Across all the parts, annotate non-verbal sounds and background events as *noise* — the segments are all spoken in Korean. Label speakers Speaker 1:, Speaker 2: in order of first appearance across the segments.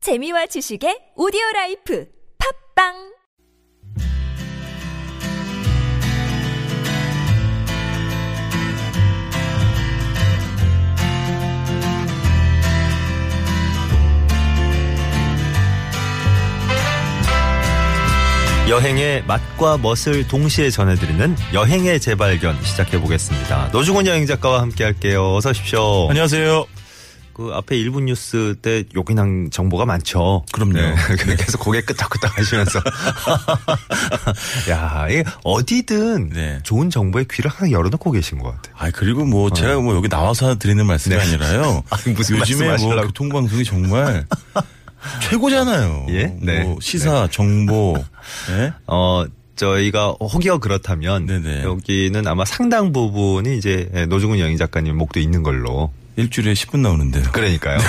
Speaker 1: 재미와 지식의 오디오 라이프 팝빵
Speaker 2: 여행의 맛과 멋을 동시에 전해드리는 여행의 재발견 시작해 보겠습니다. 노중훈 여행 작가와 함께 할게요. 어서 오십시오.
Speaker 3: 안녕하세요.
Speaker 2: 그 앞에 1분 뉴스 때 요긴한 정보가 많죠.
Speaker 3: 그럼요. *laughs*
Speaker 2: 근데 계속 고개 끄덕끄덕 하시면서. *laughs* 야, 이게 어디든
Speaker 3: 네.
Speaker 2: 좋은 정보에 귀를 항상 열어놓고 계신 것 같아요.
Speaker 3: 아 그리고 뭐 제가 뭐 여기 나와서 드리는 말씀이
Speaker 2: 어. 네.
Speaker 3: 아니라요.
Speaker 2: *laughs* 아니, 무슨
Speaker 3: 요즘에 뭐
Speaker 2: 말씀하시려고. *laughs*
Speaker 3: 교통방송이 정말 최고잖아요.
Speaker 2: 예? 네.
Speaker 3: 뭐 시사, 정보, 예?
Speaker 2: 어, 저희가 혹여 그렇다면
Speaker 3: 네네.
Speaker 2: 여기는 아마 상당 부분이 이제 노중훈 여행 작가님 목도 있는 걸로
Speaker 3: 일주일에 10분 나오는데요.
Speaker 2: 그러니까요. *laughs*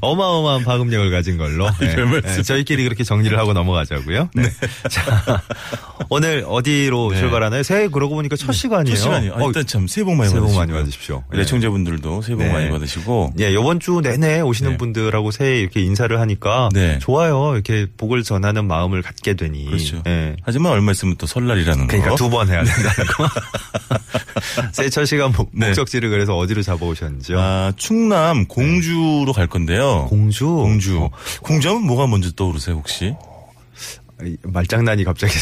Speaker 2: 어마어마한 파급력을 가진 걸로 네.
Speaker 3: 아, 별 말씀.
Speaker 2: 네, 저희끼리 그렇게 정리를 하고 넘어가자고요. 네. *laughs* 자, 오늘 어디로 출발하나요? 새해 그러고 보니까 첫 시간이에요.
Speaker 3: 네. 첫 시간이요. 아,
Speaker 2: 어,
Speaker 3: 일단 참 새해 복 많이
Speaker 2: 새해 복
Speaker 3: 받으시고.
Speaker 2: 많이 받으십시오. 네.
Speaker 3: 애청자분들도 새해 복
Speaker 2: 네.
Speaker 3: 많이 받으시고.
Speaker 2: 예, 요번 주 내내 오시는
Speaker 3: 어. 네.
Speaker 2: 분들하고 새해 이렇게 인사를 하니까
Speaker 3: 네.
Speaker 2: 좋아요. 이렇게 복을 전하는 마음을 갖게 되니.
Speaker 3: 그렇죠. 어?
Speaker 2: 예.
Speaker 3: 하지만 얼마 있으면 또 설날이라는
Speaker 2: 그러니까
Speaker 3: 거.
Speaker 2: 두 번 해야 된다는
Speaker 3: *laughs*
Speaker 2: 거. 새해 첫 시간 목,
Speaker 3: 네.
Speaker 2: 적지를 그래서 어디로 잡아오셨는지요?
Speaker 3: 아, 충남 공주로 갈 건데요.
Speaker 2: 공주.
Speaker 3: 공주. 공주하면 뭐가 먼저 떠오르세요, 혹시?
Speaker 2: 이 말장난이 갑자기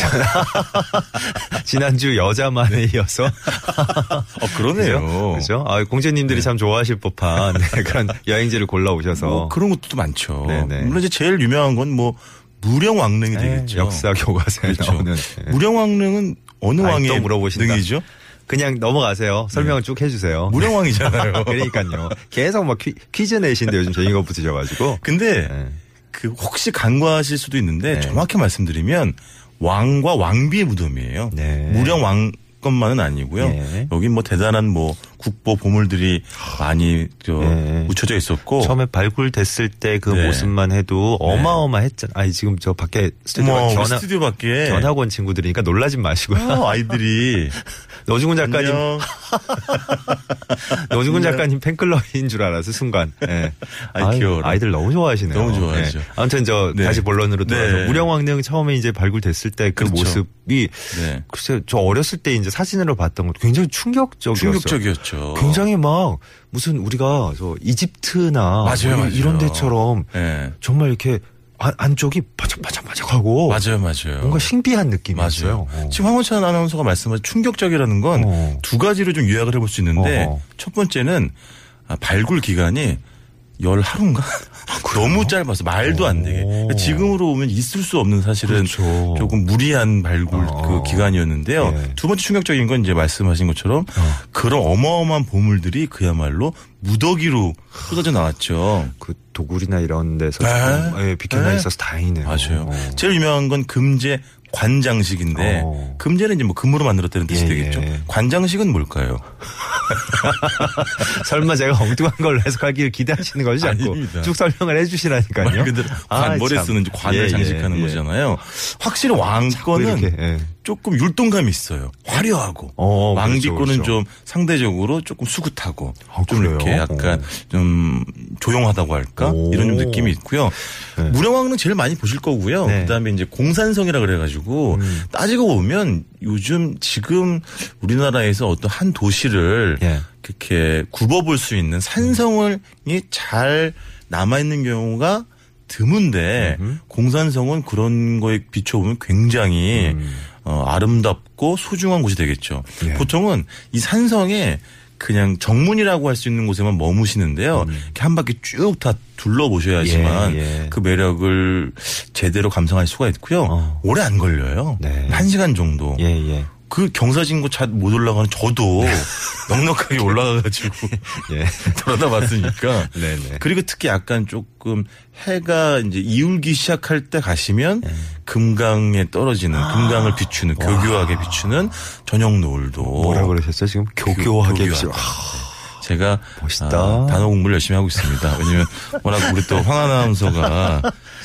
Speaker 2: *laughs* 지난주 여자만에 이어서
Speaker 3: 어, 그러네요.
Speaker 2: 아, 그죠? 아, 공주님들이 참 좋아하실 법한 *laughs* 네, 그런 여행지를 골라 오셔서
Speaker 3: 뭐 그런 것도 또 많죠.
Speaker 2: 어. 네네. 네,
Speaker 3: 물론 이제 제일 유명한 건 뭐 무령왕릉이 되겠죠.
Speaker 2: 역사 교과서에 *laughs*
Speaker 3: 그렇죠.
Speaker 2: 나오는 그렇죠. 네.
Speaker 3: 무령왕릉은 어느
Speaker 2: 아이, 또
Speaker 3: 왕의
Speaker 2: 물어보신다. *laughs* 네.
Speaker 3: 능이죠?
Speaker 2: 그냥 넘어가세요. 설명을 쭉 해주세요. *laughs*
Speaker 3: 무령왕이잖아요.
Speaker 2: 그러니까요. 계속 막 퀴, 퀴즈 내신데 요즘 저희가 붙으셔가지고
Speaker 3: 근데
Speaker 2: 네.
Speaker 3: 그 혹시 간과하실 수도 있는데
Speaker 2: 네.
Speaker 3: 정확히 말씀드리면 왕과 왕비의 무덤이에요.
Speaker 2: 네.
Speaker 3: 무령왕 것만은 아니고요.
Speaker 2: 네.
Speaker 3: 여기 뭐 대단한 뭐 국보 보물들이 많이 저
Speaker 2: 네.
Speaker 3: 묻혀져 있었고
Speaker 2: 처음에 발굴됐을 때 그
Speaker 3: 네.
Speaker 2: 모습만 해도 어마어마했잖아. 아니 지금 저 밖에
Speaker 3: 어머,
Speaker 2: 스튜디오
Speaker 3: 우리
Speaker 2: 견학,
Speaker 3: 스튜디오 밖에
Speaker 2: 견학원 친구들이니까 놀라지 마시고요. *laughs*
Speaker 3: 아, 아이들이
Speaker 2: 노중훈 작가님
Speaker 3: 안녕.
Speaker 2: 노중훈 작가님 팬클럽인 줄 알았어 순간. 예.
Speaker 3: 아이, 귀여워라.
Speaker 2: *laughs* 아이들 너무 좋아하시네요.
Speaker 3: 너무 좋아하죠.
Speaker 2: 예. 아무튼 저
Speaker 3: 네.
Speaker 2: 다시 본론으로 돌아서
Speaker 3: 네.
Speaker 2: 무령왕릉 처음에 이제 발굴됐을 때 그
Speaker 3: 그렇죠.
Speaker 2: 모습이
Speaker 3: 네.
Speaker 2: 글쎄 저 어렸을 때 이제 사진으로 봤던 것 굉장히 충격적이었어요.
Speaker 3: 충격적이었죠.
Speaker 2: 굉장히 막 무슨 우리가 저 이집트나
Speaker 3: 맞아요,
Speaker 2: 뭐 이- 이런
Speaker 3: 맞아요.
Speaker 2: 데처럼
Speaker 3: 예.
Speaker 2: 정말 이렇게 안, 안쪽이 바짝바짝바짝하고
Speaker 3: 맞아요, 맞아요.
Speaker 2: 뭔가 신비한 느낌이었어요.
Speaker 3: 맞아요. 지금 황원찬 아나운서가 말씀하신 충격적이라는 건
Speaker 2: 어.
Speaker 3: 두 가지로 좀 요약을 해볼 수 있는데
Speaker 2: 어허.
Speaker 3: 첫 번째는 아, 발굴 기간이 열 하루인가? *laughs* 너무 짧아서 말도 안 되게. 그러니까 지금으로 보면 있을 수 없는 사실은
Speaker 2: 그렇죠.
Speaker 3: 조금 무리한 발굴
Speaker 2: 어.
Speaker 3: 그 기간이었는데요.
Speaker 2: 예.
Speaker 3: 두 번째 충격적인 건 이제 말씀하신 것처럼 그런 어마어마한 보물들이 그야말로 무더기로 쏟아져 나왔죠.
Speaker 2: 그 도굴이나 이런 데서
Speaker 3: 네.
Speaker 2: 조금, 예, 비켜나
Speaker 3: 네.
Speaker 2: 있어서 다행이네요.
Speaker 3: 맞아요.
Speaker 2: 어.
Speaker 3: 제일 유명한 건 금제 관장식인데
Speaker 2: 어.
Speaker 3: 금제는 이제 뭐 금으로 만들었다는 뜻이
Speaker 2: 예,
Speaker 3: 되겠죠.
Speaker 2: 예.
Speaker 3: 관장식은 뭘까요? *laughs*
Speaker 2: 설마 제가 엉뚱한 걸로 해석하기를 기대하시는 것이 않고
Speaker 3: 아닙니다.
Speaker 2: 쭉 설명을 해주시라니까요.
Speaker 3: 말 그대로 관
Speaker 2: 아,
Speaker 3: 머리
Speaker 2: 참.
Speaker 3: 쓰는 이제 관을
Speaker 2: 예,
Speaker 3: 장식하는
Speaker 2: 예, 예.
Speaker 3: 거잖아요. 확실히 왕권은
Speaker 2: 이렇게, 예.
Speaker 3: 조금 율동감이 있어요. 화려하고
Speaker 2: 어,
Speaker 3: 왕비권은
Speaker 2: 그렇죠, 그렇죠.
Speaker 3: 좀 상대적으로 조금 수긋하고
Speaker 2: 아,
Speaker 3: 좀
Speaker 2: 그래요?
Speaker 3: 이렇게 약간 좀 조용하다고 할까
Speaker 2: 오.
Speaker 3: 이런 좀 느낌이 있고요.
Speaker 2: 네.
Speaker 3: 무령왕릉 제일 많이 보실 거고요.
Speaker 2: 네. 음.
Speaker 3: 그다음에 이제 공산성이라 그래가지고 따지고 보면 요즘 지금 우리나라에서 어떤 한 도시를
Speaker 2: 예.
Speaker 3: 그렇게 굽어볼 수 있는 산성이 잘 남아 있는 경우가 드문데 공산성은 그런 거에 비춰보면 굉장히 어, 아름답고 소중한 곳이 되겠죠.
Speaker 2: 음. 예.
Speaker 3: 보통은 이 산성에 그냥 정문이라고 할 수 있는 곳에만 머무시는데요. 이렇게 한 바퀴 쭉 다 둘러보셔야지만
Speaker 2: 음. 예, 예.
Speaker 3: 그 매력을 제대로 감상할 수가 있고요.
Speaker 2: 어.
Speaker 3: 오래 안 걸려요.
Speaker 2: 네.
Speaker 3: 한 시간 정도.
Speaker 2: 예, 예.
Speaker 3: 그 경사진구 잘못 올라가는 *laughs* 저도 넉넉하게 올라가가지고 *laughs*
Speaker 2: 예. *laughs*
Speaker 3: 돌아다 봤으니까.
Speaker 2: 네네.
Speaker 3: 그리고 특히 약간 조금 해가 이제 이울기 시작할 때 가시면 금강에 떨어지는 금강을 비추는 교교하게 비추는 저녁 노을도
Speaker 2: 뭐라 그러셨어요? 지금 교교하게.
Speaker 3: 교교하게.
Speaker 2: 지금.
Speaker 3: 제가
Speaker 2: 멋있다.
Speaker 3: 아, 단어 공부를 열심히 하고 있습니다. 왜냐면 워낙 우리 또 황아나운서가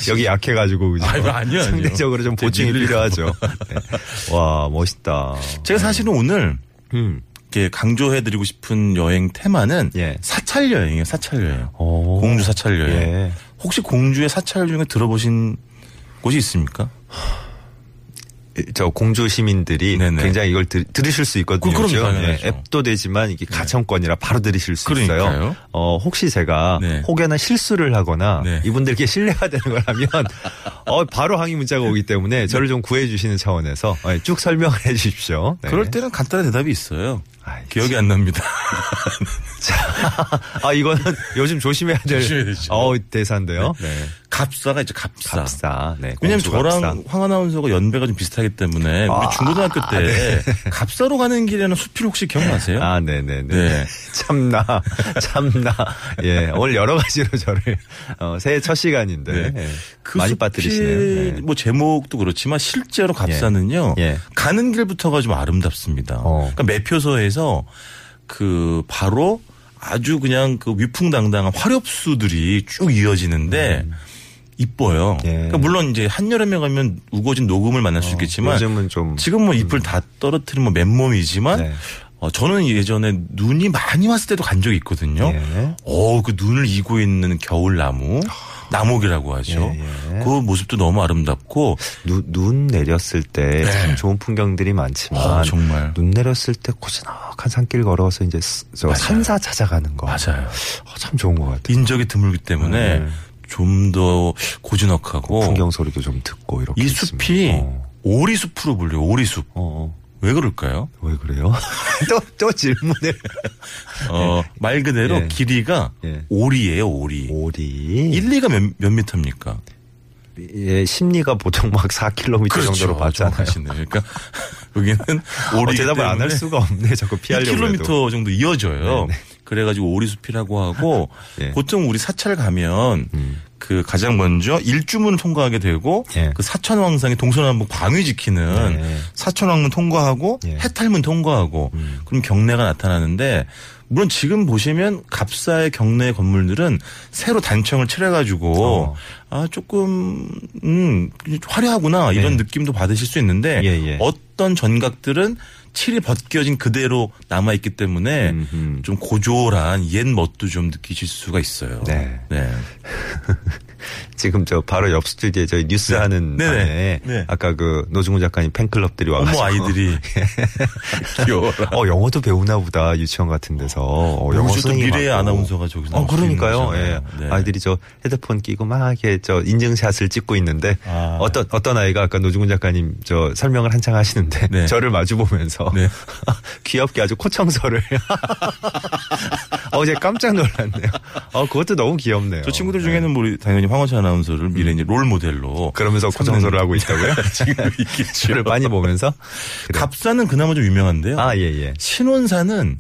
Speaker 2: 여기 약해가지고 그죠?
Speaker 3: 아니, 아니요, 아니요.
Speaker 2: 상대적으로 좀 보충이
Speaker 3: 제 일을
Speaker 2: 필요하죠. 네. 와 멋있다.
Speaker 3: 제가 사실은 오늘
Speaker 2: 음.
Speaker 3: 이렇게 강조해드리고 싶은 여행 테마는
Speaker 2: 예.
Speaker 3: 사찰 여행이에요. 사찰 여행.
Speaker 2: 오.
Speaker 3: 공주 사찰 여행.
Speaker 2: 어, 예.
Speaker 3: 혹시 공주의 사찰 중에 들어보신 곳이 있습니까?
Speaker 2: 저 공주 시민들이
Speaker 3: 네네.
Speaker 2: 굉장히 이걸 들, 들으실 수 있거든요.
Speaker 3: 그- 그럼요,
Speaker 2: 지금.
Speaker 3: 당연하죠. 네.
Speaker 2: 앱도 되지만 이게 가청권이라 바로 들으실 수 있어요.
Speaker 3: 그러니까요.
Speaker 2: 어, 혹시 제가
Speaker 3: 네.
Speaker 2: 혹여나 실수를 하거나
Speaker 3: 네.
Speaker 2: 이분들께 신뢰가 되는 걸 하면 *laughs* 어, 바로 항의 문자가 오기 때문에 저를 좀 구해 주시는 차원에서 어, 쭉 설명을 *laughs* 해 주십시오. 네.
Speaker 3: 그럴 때는 간단한 대답이 있어요.
Speaker 2: 아이,
Speaker 3: 기억이 안 납니다.
Speaker 2: *laughs* 아, 이거는 요즘 조심해야 될
Speaker 3: 조심해야 되죠.
Speaker 2: 어, 대사인데요.
Speaker 3: *laughs* 갑사가 있죠. 갑사.
Speaker 2: 갑사. 네.
Speaker 3: 왜냐면
Speaker 2: 공주 갑사.
Speaker 3: 저랑 황 아나운서가 연배가 좀 비슷하기 때문에 우리 중고등학교 때 갑사로 가는 길에는 수필 혹시 기억나세요?
Speaker 2: 아, 네네네.
Speaker 3: 네.
Speaker 2: *laughs* 참나, 참나. 예, 오늘 여러 가지로 저를, 어, 새해 첫 시간인데.
Speaker 3: 네.
Speaker 2: 예, 많이
Speaker 3: 수필
Speaker 2: 빠뜨리시네요. 예.
Speaker 3: 그 뭐 제목도 그렇지만 실제로 갑사는요.
Speaker 2: 예. 예.
Speaker 3: 가는 길부터가 좀 아름답습니다.
Speaker 2: 어.
Speaker 3: 그러니까 매표소에서 그 바로 아주 그냥 그 위풍당당한 화렵수들이 쭉 이어지는데 이뻐요.
Speaker 2: 음. 예. 어,
Speaker 3: 그러니까 물론 이제 한여름에 가면 우거진 녹음을 만날 수 있겠지만
Speaker 2: 요즘은 좀.
Speaker 3: 지금 뭐 잎을 다 떨어뜨린 뭐 맨몸이지만
Speaker 2: 네.
Speaker 3: 어, 저는 예전에 눈이 많이 왔을 때도 간 적이 있거든요.
Speaker 2: 예.
Speaker 3: 어, 그 눈을 이고 있는 겨울나무, 나목이라고 하죠.
Speaker 2: 예, 예.
Speaker 3: 그 모습도 너무 아름답고
Speaker 2: 눈, 눈 내렸을 때 참 좋은 풍경들이 많지만.
Speaker 3: 어, 네. 정말.
Speaker 2: 눈 내렸을 때 고즈넉한 산길 걸어서 이제 스- 저
Speaker 3: 맞아요.
Speaker 2: 산사 찾아가는 거.
Speaker 3: 맞아요.
Speaker 2: 어, 참 좋은 것 같아요.
Speaker 3: 인적이 드물기 때문에
Speaker 2: 네.
Speaker 3: 좀 더 고즈넉하고
Speaker 2: 풍경 소리도 좀 듣고 이렇게.
Speaker 3: 어. 이
Speaker 2: 있으면.
Speaker 3: 숲이
Speaker 2: 어,
Speaker 3: 오리숲으로 불려요. 오리숲.
Speaker 2: 어, 어.
Speaker 3: 왜 그럴까요?
Speaker 2: 왜 그래요? *laughs* 또, 또 질문을.
Speaker 3: 어, 말 그대로
Speaker 2: 예.
Speaker 3: 길이가
Speaker 2: 예.
Speaker 3: 오리예요, 오리.
Speaker 2: 오리.
Speaker 3: 일리가 몇, 몇 미터입니까?
Speaker 2: 예, 심리가 보통 막 4km 정도로 봤잖아요.
Speaker 3: 정확하시네요.
Speaker 2: *laughs*
Speaker 3: 그러니까 여기는
Speaker 2: 어,
Speaker 3: 그렇죠. 오리
Speaker 2: 대답을 안 할 수가 없네. 자꾸 피하려고 해도.
Speaker 3: 1km 정도 이어져요.
Speaker 2: 네네.
Speaker 3: 그래가지고 오리숲이라고 하고
Speaker 2: *laughs* 예.
Speaker 3: 보통 우리 사찰 가면
Speaker 2: 음.
Speaker 3: 그 가장 먼저 일주문을 통과하게 되고
Speaker 2: 예.
Speaker 3: 그 사천왕상의 동서남북 방위 지키는
Speaker 2: 네.
Speaker 3: 사천왕문 통과하고
Speaker 2: 예. 음.
Speaker 3: 해탈문 통과하고 그럼 경내가 나타나는데 물론 지금 보시면 갑사의 경내 건물들은 새로 단청을 칠해가지고
Speaker 2: 어.
Speaker 3: 아 조금 음 화려하구나 이런
Speaker 2: 예.
Speaker 3: 느낌도 받으실 수 있는데
Speaker 2: 예, 예.
Speaker 3: 어떤 전각들은 칠이 벗겨진 그대로 남아 있기 때문에
Speaker 2: 음흠.
Speaker 3: 좀 고조란 옛 멋도 좀 느끼실 수가 있어요.
Speaker 2: 네. 지금 저 바로 옆 스튜디오에 저희 뉴스 하는
Speaker 3: 네네.
Speaker 2: 방에
Speaker 3: 네.
Speaker 2: 아까 그 노중훈 작가님 팬클럽들이
Speaker 3: 어머
Speaker 2: 와가지고 *laughs*
Speaker 3: 아이들이 *laughs* 귀여워라.
Speaker 2: 어, 영어도 배우나 보다. 유치원 같은 데서. 어, 영어
Speaker 3: 요즘 또
Speaker 2: 선생님
Speaker 3: 미래의
Speaker 2: 하고.
Speaker 3: 아나운서가 저기서
Speaker 2: 어,
Speaker 3: 나올 수
Speaker 2: 그러니까요.
Speaker 3: 있는
Speaker 2: 예.
Speaker 3: 거잖아요. 네.
Speaker 2: 아이들이 저 헤드폰 끼고 막 이렇게 저 인증샷을 찍고 있는데
Speaker 3: 아.
Speaker 2: 어떤 어떤 아이가 아까 노중훈 작가님 저 설명을 한창 하시는데 *laughs*
Speaker 3: 네.
Speaker 2: 저를 마주 보면서
Speaker 3: 네.
Speaker 2: *laughs* 귀엽게 아주 코청소를 *laughs* 어제 깜짝 놀랐네요. 어, 그것도 너무 귀엽네요.
Speaker 3: 저 친구들 중에는 뭐 우리 당연히 황원찬 아나운서를 미래 이제 롤 모델로
Speaker 2: 그러면서
Speaker 3: 삼는
Speaker 2: 코청소를 하고 있다고요?
Speaker 3: *laughs* 친구도 있겠죠.
Speaker 2: 저를 많이 보면서 그래.
Speaker 3: 갑사는 그나마 좀 유명한데요.
Speaker 2: 아, 예, 예.
Speaker 3: 신원사는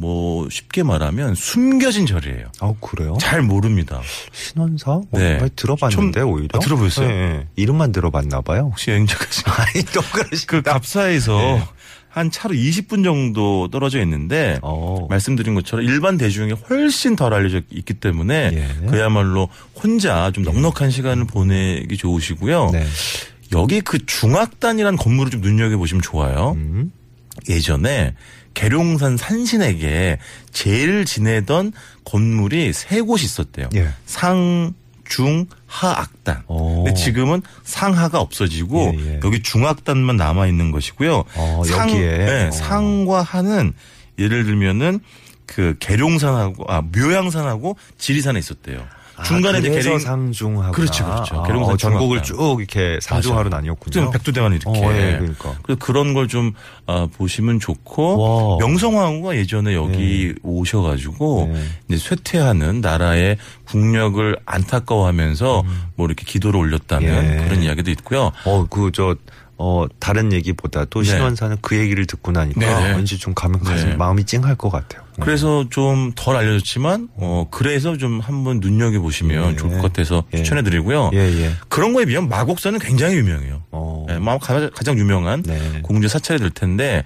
Speaker 3: 뭐 쉽게 말하면 숨겨진 절이에요.
Speaker 2: 아, 그래요?
Speaker 3: 잘 모릅니다.
Speaker 2: 신원사? 어,
Speaker 3: 네.
Speaker 2: 많이 들어봤는데
Speaker 3: 좀-
Speaker 2: 오히려
Speaker 3: 아, 들어보셨어요?
Speaker 2: 예, 예. 이름만 들어봤나 봐요.
Speaker 3: 혹시 여행 작가신
Speaker 2: *laughs* 아니 예. 또 그러시.
Speaker 3: 그 갑사에서 한 차로 20분 정도 떨어져 있는데
Speaker 2: 어.
Speaker 3: 말씀드린 것처럼 일반 대중이 훨씬 덜 알려져 있기 때문에
Speaker 2: 예.
Speaker 3: 그야말로 혼자 좀 넉넉한 시간을 보내기 좋으시고요.
Speaker 2: 네.
Speaker 3: 여기 그 중악단이란 건물을 좀 눈여겨 보시면 좋아요.
Speaker 2: 음.
Speaker 3: 예전에 계룡산 산신에게 제일 지내던 건물이 세 곳이 있었대요.
Speaker 2: 예.
Speaker 3: 상, 중, 하악단.
Speaker 2: 오.
Speaker 3: 근데 지금은 상하가 없어지고
Speaker 2: 예, 예.
Speaker 3: 여기 중악단만 남아 있는 것이고요.
Speaker 2: 어, 여기에.
Speaker 3: 네,
Speaker 2: 어.
Speaker 3: 상과 하는 예를 들면은 그 계룡산하고 아 묘양산하고 지리산에 있었대요. 중간에 이제
Speaker 2: 아, 그래서
Speaker 3: 계룡
Speaker 2: 상중하고
Speaker 3: 그렇죠, 그렇죠.
Speaker 2: 아,
Speaker 3: 계룡산
Speaker 2: 어, 전곡을
Speaker 3: 중앙단.
Speaker 2: 쭉 이렇게 상중하로
Speaker 3: 그때는
Speaker 2: 나뉘었군요.
Speaker 3: 백두대간 이렇게.
Speaker 2: 어, 예, 그러니까.
Speaker 3: 그래서 그런 걸 좀 아, 보시면
Speaker 2: 와.
Speaker 3: 좋고 명성황후가 예전에 여기 오셔가지고
Speaker 2: 네.
Speaker 3: 이제 쇠퇴하는 나라의 국력을 안타까워하면서 뭐 이렇게 기도를 올렸다는
Speaker 2: 음. 예.
Speaker 3: 그런 이야기도 있고요.
Speaker 2: 어, 그 저 어, 다른 얘기보다도
Speaker 3: 네.
Speaker 2: 신원사는 그 얘기를 듣고 나니까
Speaker 3: 네네.
Speaker 2: 왠지 좀 가면 가서
Speaker 3: 네.
Speaker 2: 마음이 찡할 것 같아요. 어.
Speaker 3: 그래서 좀 덜
Speaker 2: 네.
Speaker 3: 알려졌지만 어 그래서 좀 한번 눈여겨 보시면
Speaker 2: 예.
Speaker 3: 좋을 것 같아서
Speaker 2: 예.
Speaker 3: 추천해드리고요.
Speaker 2: 예, 예.
Speaker 3: 그런 거에 비하면 마곡사는 굉장히 유명해요.
Speaker 2: 어.
Speaker 3: 예, 마- 가- 가장 유명한
Speaker 2: 네.
Speaker 3: 공주 사찰이 될 텐데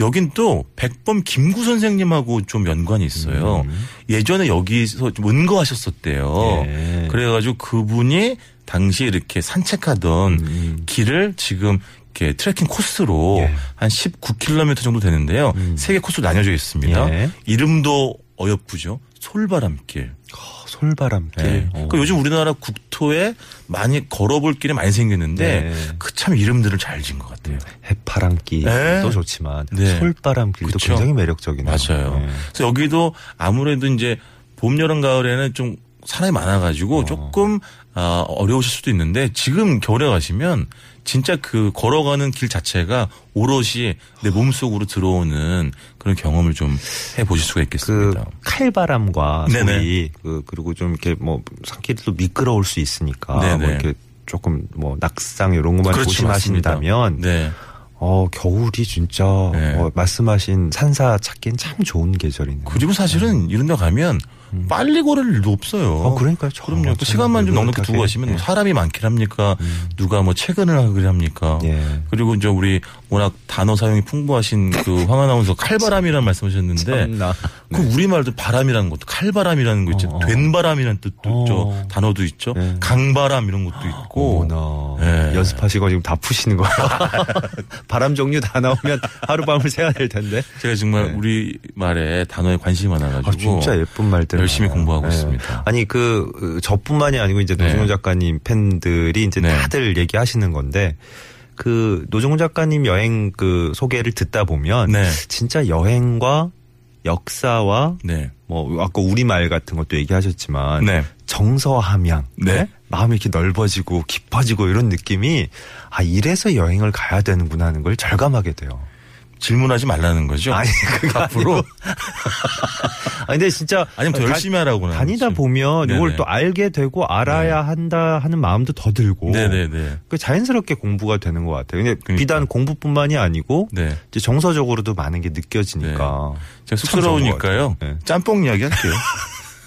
Speaker 3: 여긴 또 백범 김구 선생님하고 좀 연관이 있어요. 예전에 여기서 좀 은거하셨었대요.
Speaker 2: 음. 예.
Speaker 3: 그래가지고 그분이 당시 이렇게 산책하던 길을 지금 이렇게 트레킹 코스로
Speaker 2: 음. 예. 음.
Speaker 3: 한 19km 정도 되는데요. 세 개 코스로 나뉘어져 있습니다.
Speaker 2: 예.
Speaker 3: 이름도 어여쁘죠. 어, 솔바람길.
Speaker 2: 솔바람길.
Speaker 3: 예.
Speaker 2: 어.
Speaker 3: 그 요즘 우리나라 국토에 많이 걸어볼 길이 많이 생겼는데
Speaker 2: 네.
Speaker 3: 그 참 이름들을 잘 지은 것 같아요.
Speaker 2: 해파람길도
Speaker 3: 네.
Speaker 2: 좋지만
Speaker 3: 네.
Speaker 2: 솔바람길도
Speaker 3: 그쵸.
Speaker 2: 굉장히 매력적이네요.
Speaker 3: 맞아요.
Speaker 2: 네.
Speaker 3: 그래서 여기도 아무래도 이제 봄, 여름, 가을에는 좀 사람이 많아가지고
Speaker 2: 어.
Speaker 3: 조금 아, 어려우실 수도 있는데 지금 겨울에 가시면 진짜 그 걸어가는 길 자체가 오롯이 내 몸속으로 들어오는 그런 경험을 좀 해보실 수가
Speaker 2: 그
Speaker 3: 있겠습니다.
Speaker 2: 칼바람과
Speaker 3: 네네.
Speaker 2: 소리 그 그리고 좀 이렇게 뭐 산길이 또 미끄러울 수 있으니까
Speaker 3: 네네.
Speaker 2: 뭐 이렇게 조금 뭐 낙상 이런 것만
Speaker 3: 그렇죠,
Speaker 2: 조심하신다면
Speaker 3: 맞습니다. 네.
Speaker 2: 어 겨울이 진짜
Speaker 3: 네.
Speaker 2: 어, 말씀하신 산사 찾기엔 참 좋은 계절이네요.
Speaker 3: 그리고 사실은 이런 데 가면 빨리 걸을 일도 없어요.
Speaker 2: 어, 음. 그러니까요. 저-
Speaker 3: 그럼요.
Speaker 2: 저는
Speaker 3: 또 시간만 좀 넉넉히 두고
Speaker 2: 넉넉하게, 음.
Speaker 3: 가시면
Speaker 2: 예.
Speaker 3: 뭐 사람이 많긴 합니까? 누가 뭐 퇴근을 하길 합니까?
Speaker 2: 예.
Speaker 3: 그리고 이제 우리 워낙 단어 사용이 풍부하신 그 황 아나운서 칼바람이라는 말씀하셨는데
Speaker 2: 참나. 네.
Speaker 3: 그 우리말도 바람이라는 것도 칼바람이라는 거 있죠.
Speaker 2: 어, 어.
Speaker 3: 된바람이라는 뜻도
Speaker 2: 어.
Speaker 3: 있죠. 단어도 있죠.
Speaker 2: 예.
Speaker 3: 강바람 이런 것도 있고.
Speaker 2: 어머나
Speaker 3: 예.
Speaker 2: 연습하시고 지금 다 푸시는 거예요. *laughs* 바람 종류 다 나오면 하룻밤을 *laughs* 새야 될 텐데.
Speaker 3: 제가 정말
Speaker 2: 예.
Speaker 3: 우리 말에 단어에 관심이 많아가지고
Speaker 2: 아, 진짜 예쁜 말들
Speaker 3: 열심히
Speaker 2: 많아요.
Speaker 3: 공부하고
Speaker 2: 예.
Speaker 3: 있습니다.
Speaker 2: 아니 그 어, 저뿐만이 아니고 이제
Speaker 3: 네.
Speaker 2: 노중훈 작가님 팬들이 이제
Speaker 3: 네.
Speaker 2: 다들 얘기하시는 건데 그 노중훈 작가님 여행 그 소개를 듣다 보면
Speaker 3: 네.
Speaker 2: 진짜 여행과 역사와
Speaker 3: 네.
Speaker 2: 뭐 아까 우리말 같은 것도 얘기하셨지만
Speaker 3: 네.
Speaker 2: 정서함양
Speaker 3: 네.
Speaker 2: 마음이 이렇게 넓어지고 깊어지고 이런 느낌이 아 이래서 여행을 가야 되는구나 하는 걸 절감하게 돼요.
Speaker 3: 질문하지 말라는 거죠. *laughs*
Speaker 2: 아니 그게 앞으로 아 근데 진짜
Speaker 3: 아니면 더
Speaker 2: 다-
Speaker 3: 열심히 하라고 하는
Speaker 2: 다니다
Speaker 3: 거죠.
Speaker 2: 보면
Speaker 3: 네네. 네.
Speaker 2: 이걸 또 알게 되고 알아야 한다 하는 마음도 더 들고
Speaker 3: 네네네.
Speaker 2: 그 자연스럽게 공부가 되는 것 같아요. 근데
Speaker 3: 그러니까.
Speaker 2: 비단 공부뿐만이 아니고
Speaker 3: 네.
Speaker 2: 이제 정서적으로도 많은 게 느껴지니까
Speaker 3: 제가
Speaker 2: 참 좋은 것
Speaker 3: 쑥스러우니까요.
Speaker 2: 같아요. 네.
Speaker 3: 짬뽕 이야기
Speaker 2: *laughs*
Speaker 3: 할게요.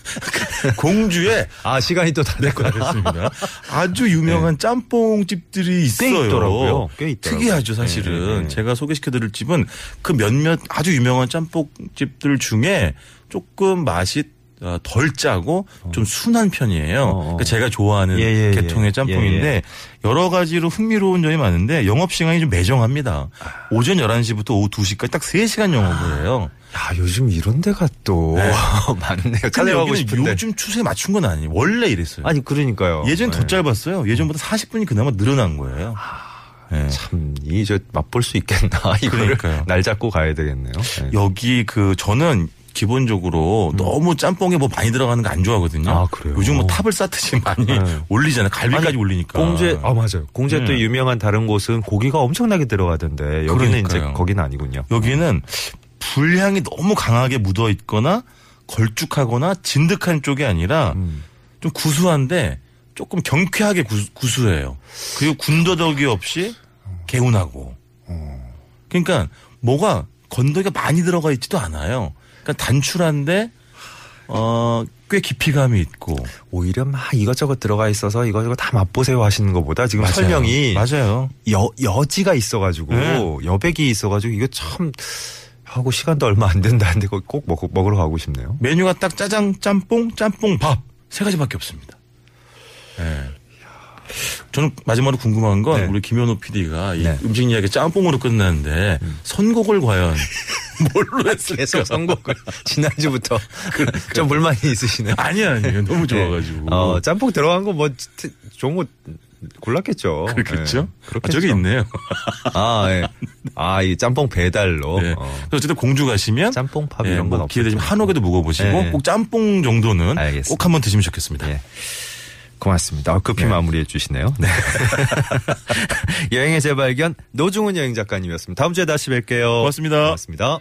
Speaker 3: *laughs* 그 공주에
Speaker 2: 아 시간이 또 다
Speaker 3: *laughs*
Speaker 2: 됐구나.
Speaker 3: 알겠습니다. 아주 유명한 짬뽕 집들이
Speaker 2: 네. 꽤
Speaker 3: 있어요.
Speaker 2: 있더라고요. 꽤 있더라고요.
Speaker 3: 특이하죠, 사실은.
Speaker 2: 네, 네, 네.
Speaker 3: 제가 소개시켜드릴 집은 그 몇몇 아주 유명한 짬뽕 집들 중에 조금 맛이 어, 덜 짜고 좀 순한 편이에요.
Speaker 2: 어, 어.
Speaker 3: 그러니까 제가 좋아하는
Speaker 2: 예, 예,
Speaker 3: 계통의
Speaker 2: 예.
Speaker 3: 짬뽕인데
Speaker 2: 예,
Speaker 3: 여러 가지로 흥미로운 점이 많은데 영업 시간이 좀 매정합니다.
Speaker 2: 아.
Speaker 3: 오전 11시부터 오후 2시까지 딱 3시간 영업을 해요.
Speaker 2: 야 요즘 이런 데가 또
Speaker 3: 네.
Speaker 2: *laughs* 많네요.
Speaker 3: 근데
Speaker 2: 찾아가고
Speaker 3: 여기는
Speaker 2: 싶은데
Speaker 3: 요즘 추세에 맞춘 건 아니에요. 원래 이랬어요.
Speaker 2: 아니 그러니까요.
Speaker 3: 예전 더
Speaker 2: 네.
Speaker 3: 짧았어요. 예전보다 40분이 그나마 늘어난 거예요. 예.
Speaker 2: 아, 참, 이제 맛볼 수 있겠나. *laughs* 이거를
Speaker 3: 그러니까요.
Speaker 2: 날 잡고 가야 되겠네요. 네.
Speaker 3: 여기 그 저는 기본적으로 너무 짬뽕에 뭐 많이 들어가는 거 안 좋아하거든요.
Speaker 2: 음. 아, 그래요?
Speaker 3: 요즘 뭐 탑을 쌓듯이 많이
Speaker 2: 네.
Speaker 3: 올리잖아요. 갈비까지
Speaker 2: 아니,
Speaker 3: 올리니까.
Speaker 2: 공제, 아, 맞아요. 공제 또
Speaker 3: 그러니까. 네.
Speaker 2: 유명한 다른 곳은 고기가 엄청나게 들어가던데, 여기는 이제
Speaker 3: 그러니까요.
Speaker 2: 거기는 아니군요.
Speaker 3: 여기는 불향이 너무 강하게 묻어 있거나 걸쭉하거나 진득한 쪽이 아니라 좀 구수한데 조금 경쾌하게 구수, 해요 그리고 군더더기 없이 개운하고. 그러니까 뭐가 건더기가 많이 들어가 있지도 않아요. 그러니까 단출한데 어, 꽤 깊이감이 있고.
Speaker 2: 오히려 막 이것저것 들어가 있어서 이것저것 다 맛보세요 하시는 것보다 지금 설명이
Speaker 3: 맞아요.
Speaker 2: 여, 여지가 있어가지고,
Speaker 3: 네.
Speaker 2: 여백이 있어가지고, 이거 참, 하고 시간도 얼마 안 된다는데 그걸 꼭 먹, 먹으러 가고 싶네요.
Speaker 3: 메뉴가 딱 짜장, 짬뽕, 짬뽕, 밥. 세 가지밖에 없습니다. 예. 저는 마지막으로 궁금한 건
Speaker 2: 네.
Speaker 3: 우리 김현호 PD가 이
Speaker 2: 네. 음.
Speaker 3: 음식 이야기 짬뽕으로 끝났는데 선곡을 과연
Speaker 2: *laughs*
Speaker 3: 뭘로 했을까? 그러니까.
Speaker 2: 계속 선곡을 그러니까. *laughs*
Speaker 3: *laughs*
Speaker 2: 지난주부터 좀 불만이 있으시네요.
Speaker 3: 아니야, 아니에요. 너무 좋아가지고.
Speaker 2: 어, 짬뽕 들어간 거 뭐 좋은 거 골랐겠죠.
Speaker 3: 그렇겠죠?
Speaker 2: 예,
Speaker 3: 아,
Speaker 2: 그렇겠죠. *laughs*
Speaker 3: 저기 있네요.
Speaker 2: 아, 예. 아, 이 짬뽕 배달로.
Speaker 3: 네.
Speaker 2: 어.
Speaker 3: 그래서 어쨌든 공주 가시면
Speaker 2: 짬뽕밥
Speaker 3: 예,
Speaker 2: 이런 건
Speaker 3: 뭐
Speaker 2: 없죠.
Speaker 3: 기회 되시면 한옥에도 묵어보시고
Speaker 2: 네.
Speaker 3: 꼭 짬뽕 정도는
Speaker 2: 알겠습니다.
Speaker 3: 꼭 한번 드시면 좋겠습니다.
Speaker 2: 예. 고맙습니다. 아, 급히
Speaker 3: 네.
Speaker 2: 마무리해 주시네요.
Speaker 3: *laughs*
Speaker 2: *laughs* 네. 여행의 재발견 노중훈 여행 작가님이었습니다. 다음 주에 다시 뵐게요.
Speaker 3: 고맙습니다.
Speaker 2: 고맙습니다.